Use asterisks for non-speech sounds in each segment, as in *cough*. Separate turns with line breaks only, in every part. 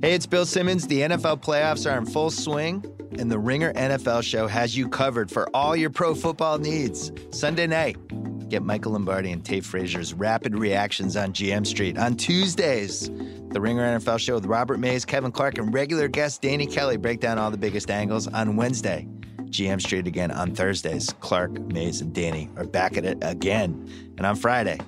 Hey, it's Bill Simmons. The NFL playoffs are in full swing, and the Ringer NFL show has you covered for all your pro football needs. Sunday night, get Michael Lombardi and Tate Frazier's rapid reactions on GM Street. On Tuesdays, the Ringer NFL show with Robert Mays, Kevin Clark, and regular guest Danny Kelly break down all the biggest angles. On Wednesday, GM Street again on Thursdays. Clark, Mays, and Danny are back at it again. And on Friday,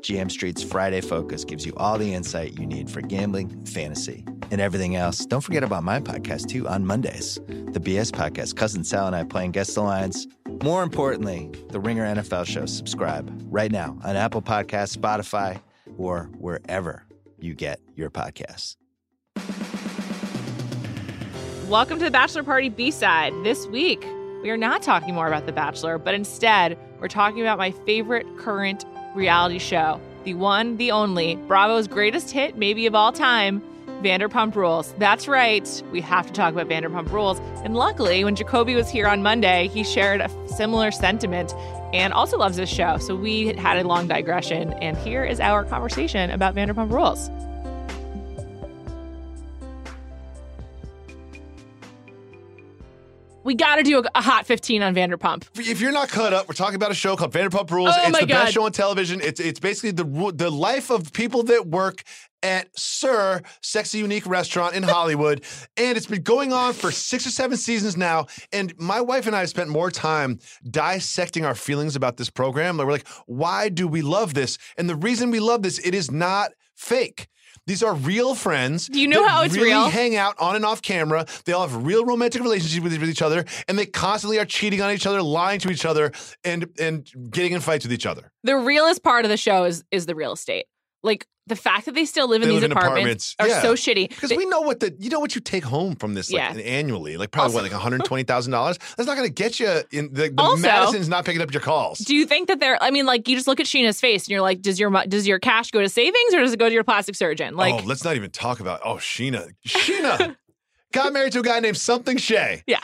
GM Street's Friday Focus gives you all the insight you need for gambling, fantasy, and everything else. Don't forget about my podcast, too, on Mondays. The BS Podcast, Cousin Sal and I playing Guess the Lines. More importantly, the Ringer NFL Show. Subscribe right now on Apple Podcasts, Spotify, or wherever you get your podcasts.
Welcome to the Bachelor Party B side. This week, we are not talking more about The Bachelor, but instead, we're talking about my favorite current reality show, the one, the only, Bravo's greatest hit, maybe of all time, Vanderpump Rules. That's right, we have to talk about Vanderpump Rules. And luckily, when Jacoby was here on Monday, he shared a similar sentiment and also loves this show. So we had a long digression, and here is our conversation about Vanderpump Rules. We got to do a, a hot 15 on Vanderpump.
If you're not caught up, we're talking about a show called Vanderpump Rules.
Oh,
it's
my
the
God.
best show on television. It's it's basically the ru- the life of people that work at Sir Sexy Unique
*laughs*
Restaurant in Hollywood, and it's been going on for six or seven seasons now. And my wife and I have spent more time dissecting our feelings about this program. Like, We're like, why do we love this? And the reason we love this, it is not fake. These are real friends.
Do you know
that
how it's
really
real?
hang out on and off camera. They all have real romantic relationships with, with each other, and they constantly are cheating on each other, lying to each other, and and getting in fights with each other.
the realest part of the show is is the real estate. Like the fact that they still live in
They
these
live in
apartments,
apartments,
are
yeah.
so shitty.
Because
They-
we know what the you know what you take home from this like
Yeah.
annually, like probably what like one hundred twenty thousand dollars. That's not going to get you in. The, the
Also-
Madison's not picking up your calls.
do you think that they're? I mean, like you just look at Sheena's face and you're like, does your mo- does your cash go to savings or does it go to your plastic surgeon? Like,
oh, let's not even talk about. Oh, Sheena,
*laughs*
Sheena got married to a guy named something Shay.
Yeah.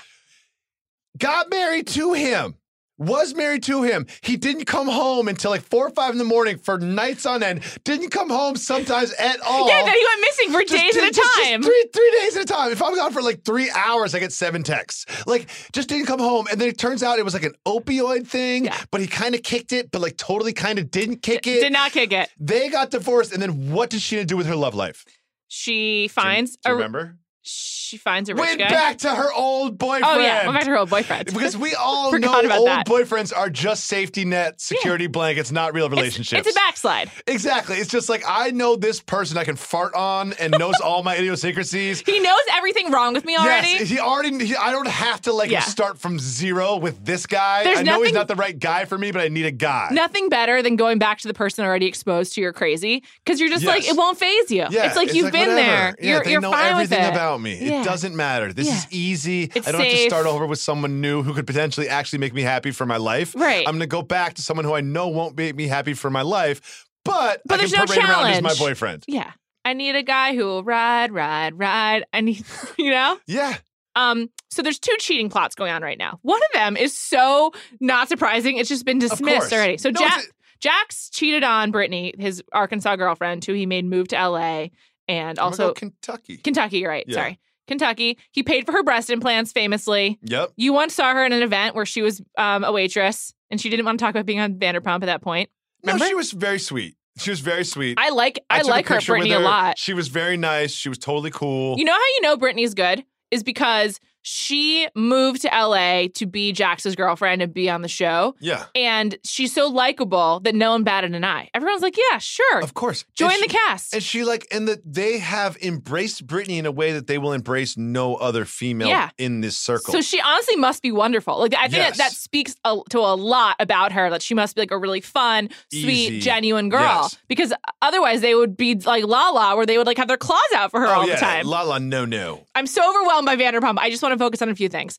got married to him. Was married to him. He didn't come home until like four or five in the morning for nights on end. Didn't come home sometimes at all.
yeah, that he went missing for
Just-
days at a
just- just
time.
three three days at a time. If I'm gone for like three hours, I get seven texts. Like, just didn't come home, and then it turns out it was like an opioid thing.
Yeah.
But he kind of kicked it, but like totally kind of didn't kick it.
Did not kick it.
They got divorced, and then what did Sheena do with her love life?
She
Do you-
finds
Do you
a
remember?
she finds a rich
Went
guy.
back to her old boyfriend.
oh yeah, went back to her old boyfriend.
*laughs*
*laughs*
Because we all know
Forgot about
old
that.
boyfriends are just safety net, security blankets, not real
It's-
relationships.
It's, a backslide.
exactly. It's just like I know this person I can fart on and knows all my
*laughs*
idiosyncrasies.
He knows everything wrong with me already.
Yes, he already. He, I don't have to like
Yeah.
start from zero with this guy.
There's
I know he's
nothing-
not the right guy for me, but I need a guy.
Nothing better than going back to the person already exposed to your crazy because you're just like
Yes.
it won't phase you.
Yeah,
it's like you've been
whatever.
there.
Yeah,
you're
they
you're
know
fine
everything
with it.
about me.
Yeah.
It doesn't matter. This is
Yeah.
easy.
It's
I don't have to
safe.
start over with someone new who could potentially actually make me happy for my life.
Right.
I'm going to go back to someone who I know won't make me happy for my life, but,
But
I can
there's no
parade around as my
challenge.
boyfriend.
Yeah. I need a guy who will ride, ride, ride. I need, *laughs* you know?
Yeah.
Um, so there's two cheating plots going on right now. One of them is so not surprising. It's just been dismissed
course.
already. So
No,
Jack
it's
Jack's cheated on Brittany, his Arkansas girlfriend, who he made move to LA and
I'm gonna
also
go Kentucky.
Kentucky, you're right.
Oh Yeah.
Sorry. Kentucky. He paid for her breast implants famously.
yep.
You once saw her in an event where she was um, a waitress and she didn't want to talk about being on Vanderpump at that point.
No,
Remember?
she was very sweet. She was very sweet.
I like I,
took a
like her,
picture with
Brittany, a lot.
She was very nice. She was totally cool.
You know how you know Brittany's good is because she moved to LA to be Jax's girlfriend and be on the show.
yeah.
And she's so likable that no one batted an eye. Everyone's like, yeah, sure.
Of course. And
Join the
she-
cast.
And she like, and that they have embraced Britney in a way that they will embrace no other female
Yeah.
in this circle.
So she honestly must be wonderful. Like I think that,
Yes.
that speaks a, to a lot about her. That she must be like a really fun, sweet,
Easy.
genuine girl.
Yes.
Because otherwise they would be like La La, where they would like have their claws out for her
oh
all
yeah,
the time.
La la no no.
I'm so overwhelmed by Vanderpump. I just want to focus on a few things.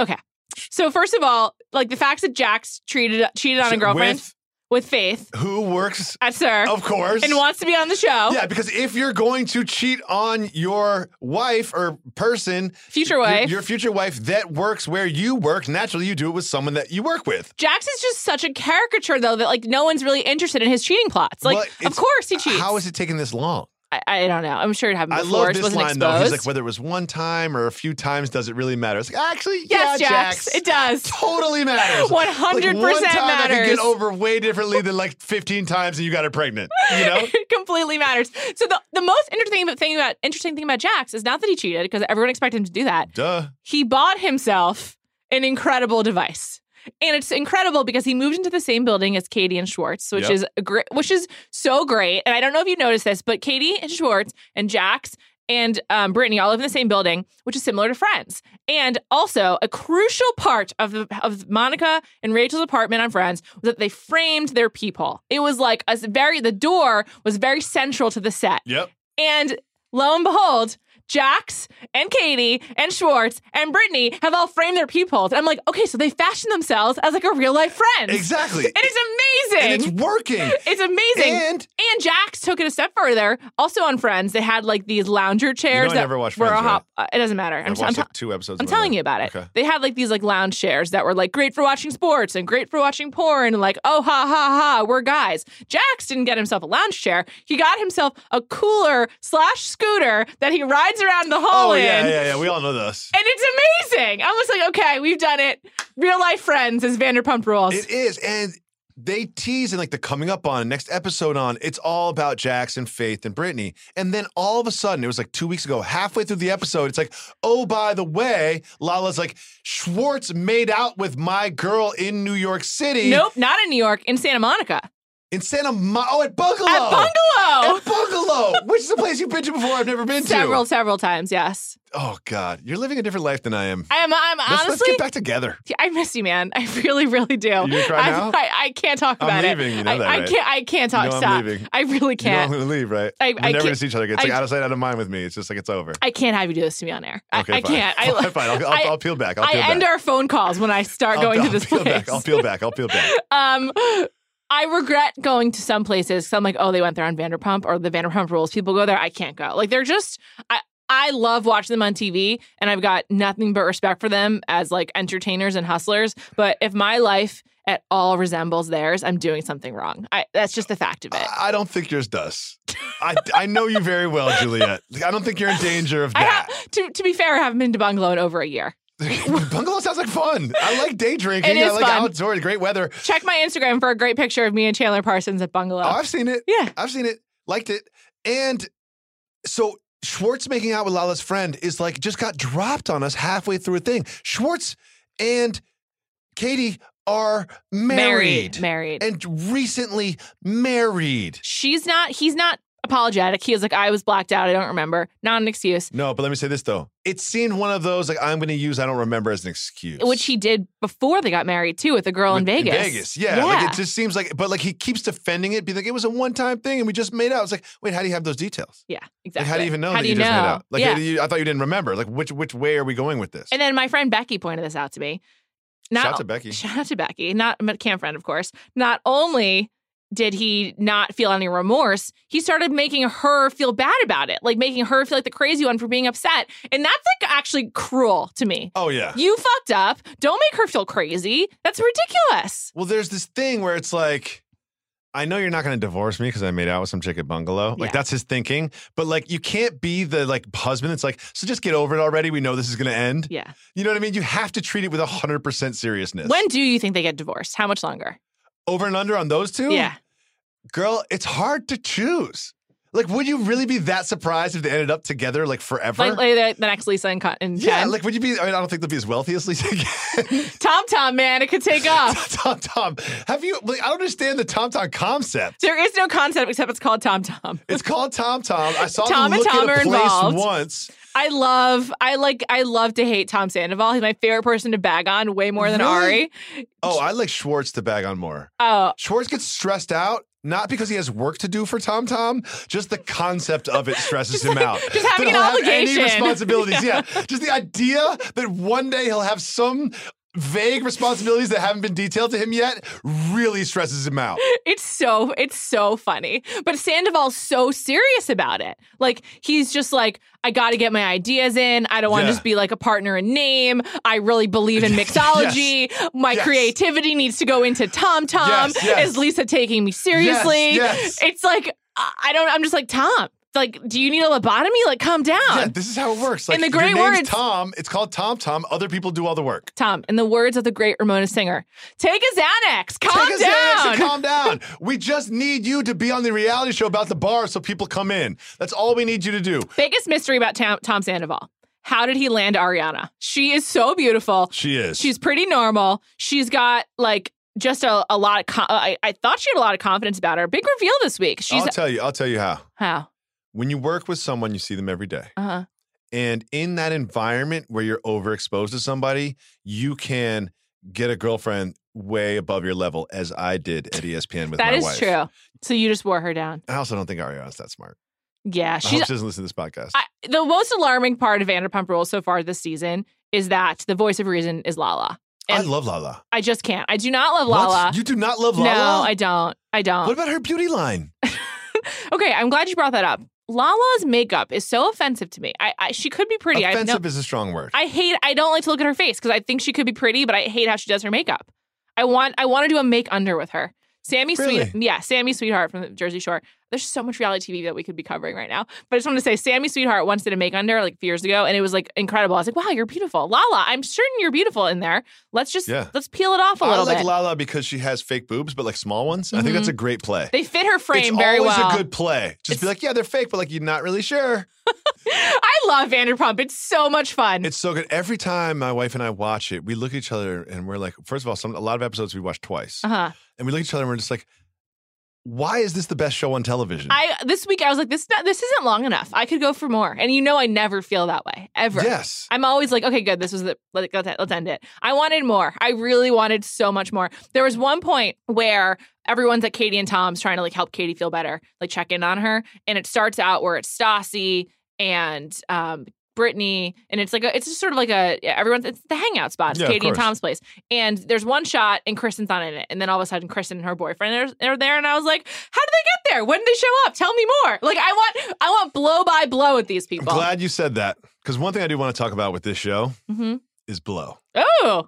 Okay,
So first of all, like the facts that Jax treated cheated on
So
a girlfriend
with
with Faith
who works,
at Sir
of course,
and wants to be on the show.
Yeah, because if you're going to cheat on your wife or person,
Future
your-
wife.
your future wife that works where you work, naturally you do it with someone that you work with.
Jax is just such a caricature, though, that like no one's really interested in his cheating plots. Like,
Well,
of
it's-
course he cheats.
How is it taking this long?
I, I don't know. I'm sure it happened
I
before.
love
It
this
wasn't
line
exposed.
though. He's like, whether it was one time or a few times, does it really matter? It's like, actually,
yes,
yeah,
Jax,
Jax,
it does. *laughs*
totally matters.
One
*laughs* Like,
hundred
one
percent
time I could
matters.
get *laughs* over way differently than like 15 times and you got her pregnant.
*laughs*
You know?
It completely matters. So the, the most interesting thing about interesting thing about Jax is not that he cheated because everyone expected him to do that.
Duh.
He bought himself an incredible device. And it's incredible because he moved into the same building as Katie and Schwartz, which
Yep.
is a great, which is so great. And I don't know if you noticed this, but Katie and Schwartz and Jax and um, Brittany all live in the same building, which is similar to Friends. And also, a crucial part of the, of Monica and Rachel's apartment on Friends was that they framed their people. It was like a s- very the door was very central to the set.
Yep.
And lo and behold, Jax and Katie and Schwartz and Brittany have all framed their peepholes. And I'm like, okay, so they fashioned themselves as like a real life friend.
Exactly.
And it's
and
amazing.
it's working.
it's amazing. And,
And
Jax took it a step further. Also on Friends, they had like these lounger chairs
I
that
never watched
were
Friends,
a hop. uh, it doesn't matter. I'm,
I've
I'm
watched
ta-
like two episodes.
I'm
of my
telling
life.
you about it.
Okay.
They had like these like lounge chairs that were like great for watching sports and great for watching porn and like, oh ha ha ha, we're guys. Jax didn't get himself a lounge chair. He got himself a cooler slash scooter that he rides around the hall
Oh
in.
yeah, yeah, yeah. We all know this.
And it's amazing. I was like, okay, we've done it. Real life friends is Vanderpump rules.
It is, and they tease in like the coming up on next episode on. It's all about Jackson, Faith, and Brittany. And then all of a sudden, it was like two weeks ago, halfway through the episode, it's like, oh, by the way, Lala's like Schwartz made out with my girl in New York City.
nope, not in New York, in Santa Monica.
in Santa Mo- oh at Bungalow.
At Bungalow.
At Bungalow, which is a place you've been to before. I've never been
Oh. Several,
to.
several times, yes.
Oh God, you're living a different life than I am.
I am I'm
Let's,
honestly
let's get back together.
Yeah, I miss you, man. I *laughs* really, really do.
You gonna cry
I,
now?
I, I can't talk
I'm
about it.
leaving, you know
I,
that,
I
right?
can't. I can't talk.
You know I'm
stop.
leaving.
I really
You know I'm
can't.
gonna leave, right?
I-
We're
I
never gonna
can't-
see each other again. It's
I-
like out of sight, out of mind with me. It's just like it's over.
I can't have you do this to me on air.
Okay,
I, I
fine.
can't. I,
*laughs* Fine, fine. I'll, I'll,
I-
I'll peel back. I'll
I
peel back.
end our phone calls when I start
I'll-
going
I'll
to this
peel
place.
Back. I'll peel back. I'll
*laughs*
peel back.
um, I regret going to some places. So I'm like, oh, they went there on Vanderpump or the Vanderpump Rules. People go there. I can't go. Like they're just. I I love watching them on TV, and I've got nothing but respect for them as like entertainers and hustlers. But if my life at all resembles theirs, I'm doing something wrong. I, that's just the fact of it.
I I don't think yours does. I, I know you very well, Juliet. Like, I don't think you're in danger of
I have,
that.
to, to be fair, I haven't been to Bungalow in over a year.
*laughs* Bungalow sounds like fun. I like day drinking.
It is
I like
fun.
outdoors, great weather.
Check my Instagram for a great picture of me and Chandler Parsons at Bungalow.
Oh, I've seen it.
yeah.
I've seen it, liked it. And so Schwartz making out with Lala's friend is like just got dropped on us halfway through a thing. Schwartz and Katie are married,
Married. Married.
and recently married.
She's not, he's not apologetic. He is like, I was blacked out. I don't remember. Not an excuse,
No, but let me say this though. It seemed one of those like I'm going to use I don't remember as an excuse.
which he did before they got married too with the girl in
With-
Vegas.
Vegas, yeah. Like it just seems like, but like he keeps defending it, be like it was a one time thing and we just made out. It's like, wait, how do you have those details?
yeah, exactly.
Like, how do you even know
How
that
do
you,
you
just made
know?
out? Like
Yeah.
how do you, I thought you didn't remember. Like which which way are we going with this?
And then my friend Becky pointed this out to me.
Shout
Not
out to
*laughs*
Becky.
Shout out to Becky, not my camp friend, of course. Not only did he not feel any remorse, he started making her feel bad about it, like making her feel like the crazy one for being upset. And that's like actually cruel to me.
Oh yeah.
You fucked up. Don't make her feel crazy. That's ridiculous.
Well, there's this thing where it's like, I know you're not going to divorce me because I made out with some chick at Bungalow. Like
Yeah.
that's his thinking. But like you can't be the like husband. It's like so just get over it already. We know this is going to end.
Yeah.
You know what I mean? You have to treat it with hundred percent seriousness.
When do you think they get divorced? How much longer?
over and under on those two?
Yeah.
girl, it's hard to choose. Like, would you really be that surprised if they ended up together like forever?
Like, like the, the next Lisa and, Con- and
yeah,
Ken.
like would you be? I mean, I don't think they'll be as wealthy as Lisa again.
Tom Tom, man, it could
*laughs*
take off.
Tom Tom, have you? Like, I don't understand the Tom Tom concept.
There is no concept except it's called Tom Tom.
It's called Tom Tom. I saw
Tom and
them look
Tom
at
are
a place
involved.
once.
I love, I like, I love to hate Tom Sandoval. He's my favorite person to bag on, way more than
Really?
Ari.
Oh, I like Schwartz to bag on more.
Oh,
Schwartz gets stressed out. Not because he has work to do for Tom Tom, just the concept of it stresses him out.
just having
that
an
he'll have any
obligation. *laughs*
responsibilities, yeah. Just the idea that one day he'll have some vague responsibilities that haven't been detailed to him yet really stresses him out.
it's so, it's so funny. But Sandoval's so serious about it. Like he's just like, I got to get my ideas in. I don't want to
Yeah.
just be like a partner in name. I really believe
*laughs*
in mixology. My
Yes.
creativity needs to go into Tom Tom.
Yes, yes.
Is Lisa taking me seriously?
yes.
It's like I I don't. I'm just like Tom. like, do you need a lobotomy? Like, calm down.
Yeah, this is how it works. Like,
In the great
your name's
words-
Tom. It's called Tom Tom. Other people do all the work.
Tom, in the words of the great Ramona Singer, take a Xanax, calm
Take a Xanax
down.
and calm down. we just need you to be on the reality show about the bar so people come in. That's all we need you to do.
Biggest mystery about Tom, Tom Sandoval. How did he land Ariana? She is so beautiful.
She is.
She's pretty normal. She's got like just a, a lot of. co uh, I, I thought she had a lot of confidence about her. Big reveal this week. She's
I'll tell you. I'll tell you how.
how.
When you work with someone, you see them every day.
Uh huh.
And in that environment where you're overexposed to somebody, you can get a girlfriend way above your level, as I did at E ESPN with
That
my
is
wife.
true. So you just wore her down.
I also don't think Ariana's that smart.
Yeah,
I hope
she's
she doesn't listen to this podcast.
I, the most alarming part of Vanderpump Rules so far this season is that the voice of reason is Lala.
I
And
love Lala.
I just can't. I do not love
What?
Lala.
You do not love
no,
Lala?
I don't. I don't.
What about her beauty line?
Okay, I'm glad you brought that up. Lala's makeup is so offensive to me. I, I she could be pretty. I know.
Offensive is a strong word.
I hate. I don't like to look at her face because I think she could be pretty, but I hate how she does her makeup. I want. I want to do a make under with her. Sammy
Really?
Sweet, yeah, Sammy Sweetheart from the Jersey Shore. There's so much reality TV that we could be covering right now, but I just want to say Sammy Sweetheart once did a make under like a few years ago, and it was like incredible. I was like, wow, you're beautiful, Lala. I'm certain you're beautiful in there. Let's just
Yeah.
let's peel it off a
I
little
like
bit. Mm-hmm.
Lala because she has fake boobs, but like small ones. I think that's a great play.
they fit her frame
it's
very
always
well. Mm-hmm.
a good play. Just be like, yeah, they're fake, but like you're not really sure.
*laughs* I love Vanderpump. It's so much fun.
It's so good. Every time my wife and I watch it, we look at each other and we're like, first of all, some a lot of episodes we watch twice,
uh huh.
and we look at each other and we're just like, why is this the best show on television?
I this week I was like this not, this isn't long enough. I could go for more. And you know I never feel that way ever.
yes.
I'm always like, okay, good. This was the let, let's, let's end it. I wanted more. I really wanted so much more. There was one point where everyone's at Katie and Tom's trying to like help Katie feel better, like check in on her, and it starts out where it's Stassi and um Brittany, and it's like a, it's just sort of like a yeah, everyone's it's the hangout spot. It's
Yeah, of
Katie and
course.
Tom's place, and there's one shot, and Kristen's not in it, and then all of a sudden, Kristen and her boyfriend are, are there, and I was like, how did they get there? When did they show up? Tell me more. Like I want I want blow by blow with these
I'm
people.
glad you said that because one thing I do want to talk about with this show
hmm
is blow.
Oh,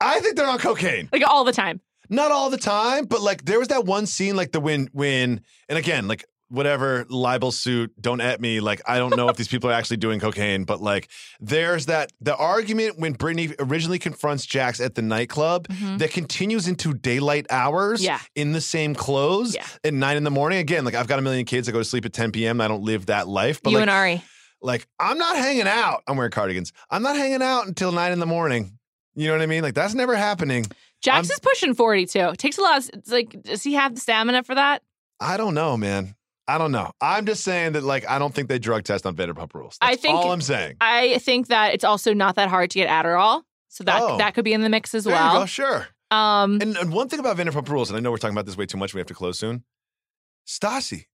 I think they're on cocaine.
like all the time.
not all the time, but like there was that one scene, like the win win, and again, like whatever libel suit, don't at me. Like I don't know if these people are actually doing cocaine, but like there's that the argument when Brittany originally confronts Jax at the nightclub
Mhm.
that continues into daylight hours
Yeah.
in the same clothes
Yeah.
at nine in the morning. Again, like I've got a million kids that go to sleep at 10 p.m. I don't live that life, but
you
like,
and Ari.
like I'm not hanging out. I'm wearing cardigans. I'm not hanging out until nine in the morning. You know what I mean? Like that's never happening.
Jax
I'm-
is pushing 42. Takes a lot. Of, it's like, does he have the stamina for that?
I don't know, man. I don't know. I'm just saying that, like, I don't think they drug test on Vanderpump Rules.
I
That's
think-
all I'm saying.
I think that it's also not that hard to get Adderall. So that
Oh.
that could be in the mix as
there you go.
well.
Sure.
Um,
And, and one thing about Vanderpump Rules, and I know we're talking about this way too much. We have to close soon. Stasi,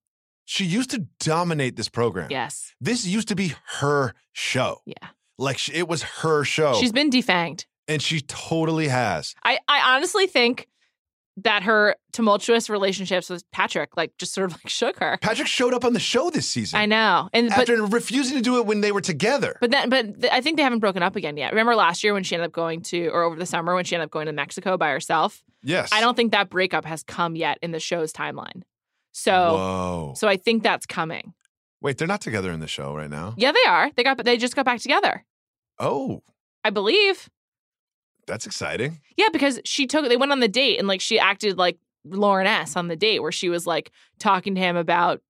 she used to dominate this program.
yes.
This used to be her show.
Yeah.
Like she, it was her show,
She's been defanged.
and she totally has.
I, I honestly think that her tumultuous relationships with Patrick, like, just sort of like shook her.
Patrick showed up on the show this season
I know. And but
after refusing to do it when they were together.
But then, but th- I think they haven't broken up again yet. Remember last year when she ended up going to, or over the summer when she ended up going to Mexico by herself.
yes,
I don't think that breakup has come yet in the show's timeline. So,
Whoa!
so I think that's coming.
Wait, they're not together in the show right now.
Yeah, they are. They got, they just got back together,
Oh,
I believe.
that's exciting.
Yeah, because she took, they went on the date and like she acted like Lauren S on the date where she was like talking to him about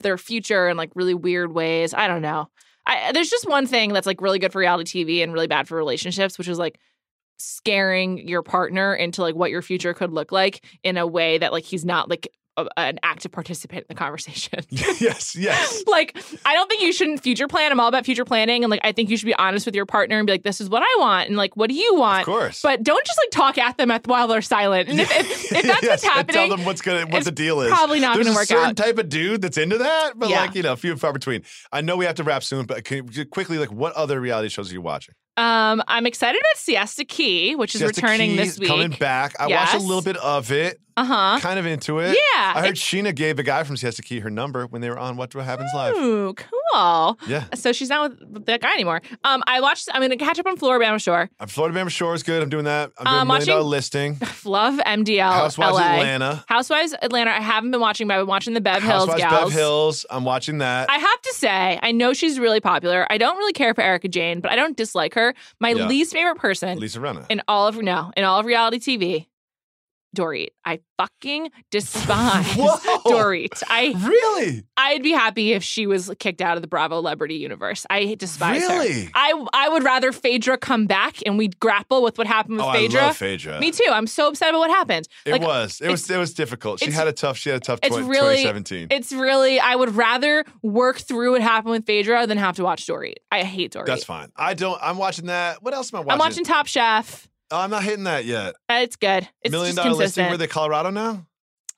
their future in like really weird ways. I don't know. I, there's just one thing that's like really good for reality TV and really bad for relationships, which is like scaring your partner into like what your future could look like in a way that like he's not like a, an active participant in the conversation. *laughs*
*laughs* yes, yes.
like i don't think you shouldn't future plan i'm all about future planning and like i think you should be honest with your partner and be like this is what i want and like what do you
Of
want
course.
but don't just like talk at them at, while they're silent and if, if, if
*laughs*
that's
Yes,
what's
and
happening
tell them what's gonna what
it's
the deal is.
probably not
There's
gonna
a
work
certain
out.
type of dude that's into that, but
Yeah.
like you know, few and far between. I know we have to wrap soon, but can, just quickly, like, what other reality shows are you watching?
Um, I'm excited about Siesta Key, which is
Siesta
returning
Key
this week.
Coming back. I watched
Yes.
a little bit of it.
Uh huh.
Kind of into it.
Yeah,
I heard Sheena gave a guy from Siesta Key her number when they were on What Happens Live.
Ooh, cool.
Yeah.
So she's not with that guy anymore. Um, I watched. I'm gonna catch up on Floribama Shore.
I'm uh, Florida Bama Shore is good. I'm doing that. I'm doing
Um,
Million Dollar
watching-
Listing.
*sighs* Love MDL.
Housewives
LA.
Atlanta.
Housewives Atlanta. I haven't been watching, but I've been watching the Bev Hills
Housewives
gals.
Bev Hills. I'm watching that.
I have to say, I know she's really popular. I don't really care for Erica Jane, but I don't dislike her. My
Yeah.
least favorite person
Lisa Renna.
in all of no, in all of reality TV, Dorit. I fucking despise
*laughs* Whoa.
Dorit. I
really?
I'd be happy if she was kicked out of the Bravo Celebrity universe. I despise her.
Really?
I I would rather Phaedra come back and we grapple with what happened with
Oh,
Phaedra.
I love Phaedra.
Me too. I'm so upset about what happened.
It
like,
was. It was. It was difficult. She
it's-
had a tough. She had a tough
it's
twen-
really-
2017.
It's really I would rather work through what happened with Phaedra than have to watch Dorit. I hate Dorit.
That's fine. I don't. I'm watching that. What else am I watching?
I'm watching Top Chef.
Oh, I'm not hitting that yet.
Uh, It's good. It's
Million
just
Dollar Listing.
consistent.
Were they Colorado now?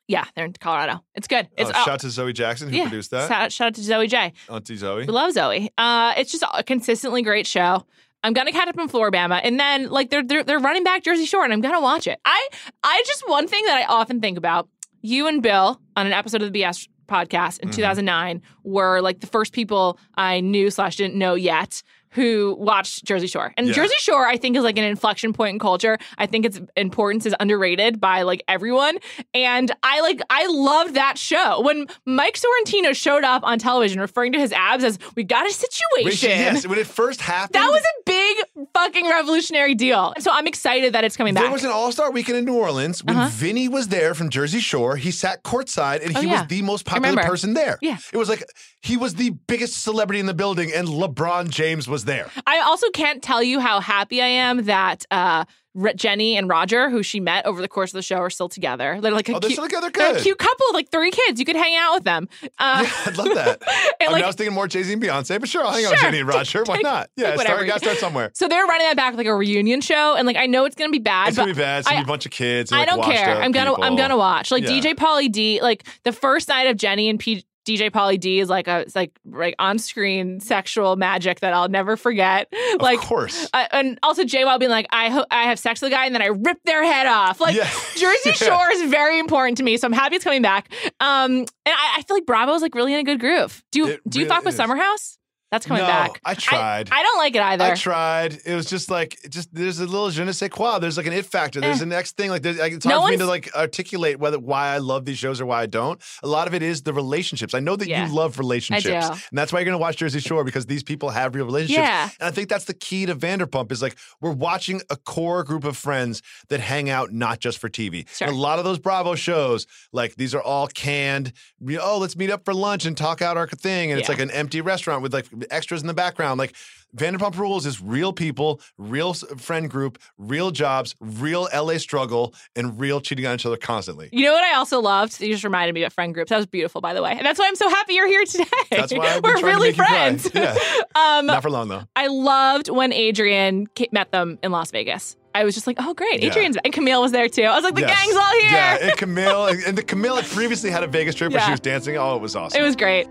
yeah, they're in Colorado. It's good. It's
oh,
out.
shout out to Zoe Jackson who
yeah,
produced that.
Shout, shout out to Zoe J.
Auntie Zoe.
We love Zoe. Uh, it's just a consistently great show. I'm gonna catch up on Floribama, and then like they're, they're they're running back Jersey Shore, and I'm gonna watch it. I I just one thing that I often think about. You and Bill on an episode of the BS podcast in
Mhm.
2009 were like the first people I knew slash didn't know yet who watched Jersey Shore. And
Yeah.
Jersey Shore, I think, is like an inflection point in culture. I think its importance is underrated by like everyone. And I like I loved that show. When Mike Sorrentino showed up on television referring to his abs as we got a
Wait, she-
situation.
yes, when it first happened,
That was a big fucking revolutionary deal. So I'm excited that it's coming back.
There was an All Star Weekend in New Orleans when
Uh-huh.
Vinny was there from Jersey Shore. He sat courtside, and
Oh,
he
yeah.
was the most popular
remember.
person there.
Yeah.
it was like he was the biggest celebrity in the building, and LeBron James was there.
I also can't tell you how happy I am that uh, Re- Jenny and Roger, who she met over the course of the show, are still together. They're like a
Oh, they're
cute,
still together.
they're a
Good.
cute couple, like three kids. You could hang out with them. Uh,
Yeah, *laughs* I'd
*laughs*
love that. I, mean,
like-
I was thinking more Jay Z and Beyonce, but sure, I'll hang out with
Sure.
Jenny and Roger. Why
Take-
not? Yeah,
take
start,
whatever.
gotta start somewhere.
So they're running that back like a reunion show, and like I know it's gonna be bad,
It's
but
gonna be bad. It's gonna
I-
be a bunch of kids. And,
I
like,
don't
washed
care.
up
I'm gonna I'm
people.
gonna watch. Like
Yeah.
DJ Pauly D, like the first night of Jenny and P- DJ Pauly D is like a it's like like on screen sexual magic that I'll never forget.
Of
like
course.
I, and also Jay Wild being like, I ho- I have sex with a guy and then I rip their head off. Like
Yeah. *laughs*
Jersey
Yeah.
Shore is very important to me, so I'm happy it's coming back. Um, and I, I feel like Bravo's like really in a good groove. Do you
It
do you
really
fuck with
is.
Summer House? That's coming
no,
back.
I tried.
I don't like it either.
I tried. It was just like it just there's a little je ne sais quoi. There's like an it factor. There's
Eh.
the next thing. Like there's, like, it's
No
hard for me to
one's-
like articulate whether why I love these shows or why I don't. A lot of it is the relationships. I know that
Yeah.
you love relationships,
do.
and that's why you're gonna watch Jersey Shore because these people have real relationships.
Yeah.
And I think that's the key to Vanderpump is like we're watching a core group of friends that hang out not just for TV.
Sure.
And a lot of those Bravo shows, like these are all canned. we- Oh, let's meet up for lunch and talk out our thing. And it's
Yeah.
like an empty restaurant with like extras in the background. Like Vanderpump Rules is real people, real s- friend group, real jobs, real LA struggle, and real cheating on each
*laughs*
other constantly.
You know what I also loved? You just reminded me about friend groups. That was beautiful, by the way. And that's why I'm so happy you're here today.
That's
*laughs*
why I've been
we're
trying to
really
make you cry.
friends.
Yeah.
*laughs* um,
Not for long though.
I loved when Adrian ca- met them in Las Vegas. I was just like, oh great,
Yeah.
Adrian's and Camille was there too. I was like, the
Yes.
gang's all here.
Yeah, and Camille and the Camille had previously had a Vegas trip where
Yeah.
she was dancing. Oh, it was awesome.
It was great.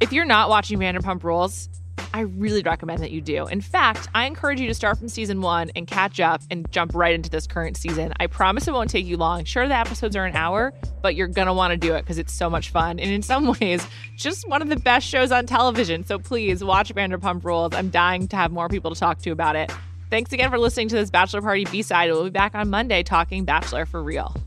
If you're not watching Vanderpump Rules, I really recommend that you do. In fact, I encourage you to start from season one and catch up and jump right into this current season. I promise it won't take you long. Sure, the episodes are an hour, but you're going to want to do it because it's so much fun. And in some *laughs* ways, just one of the best shows on television. So please watch Vanderpump Rules. I'm dying to have more people to talk to about it. Thanks again for listening to this Bachelor Party B side. We'll be back on Monday talking Bachelor for Real.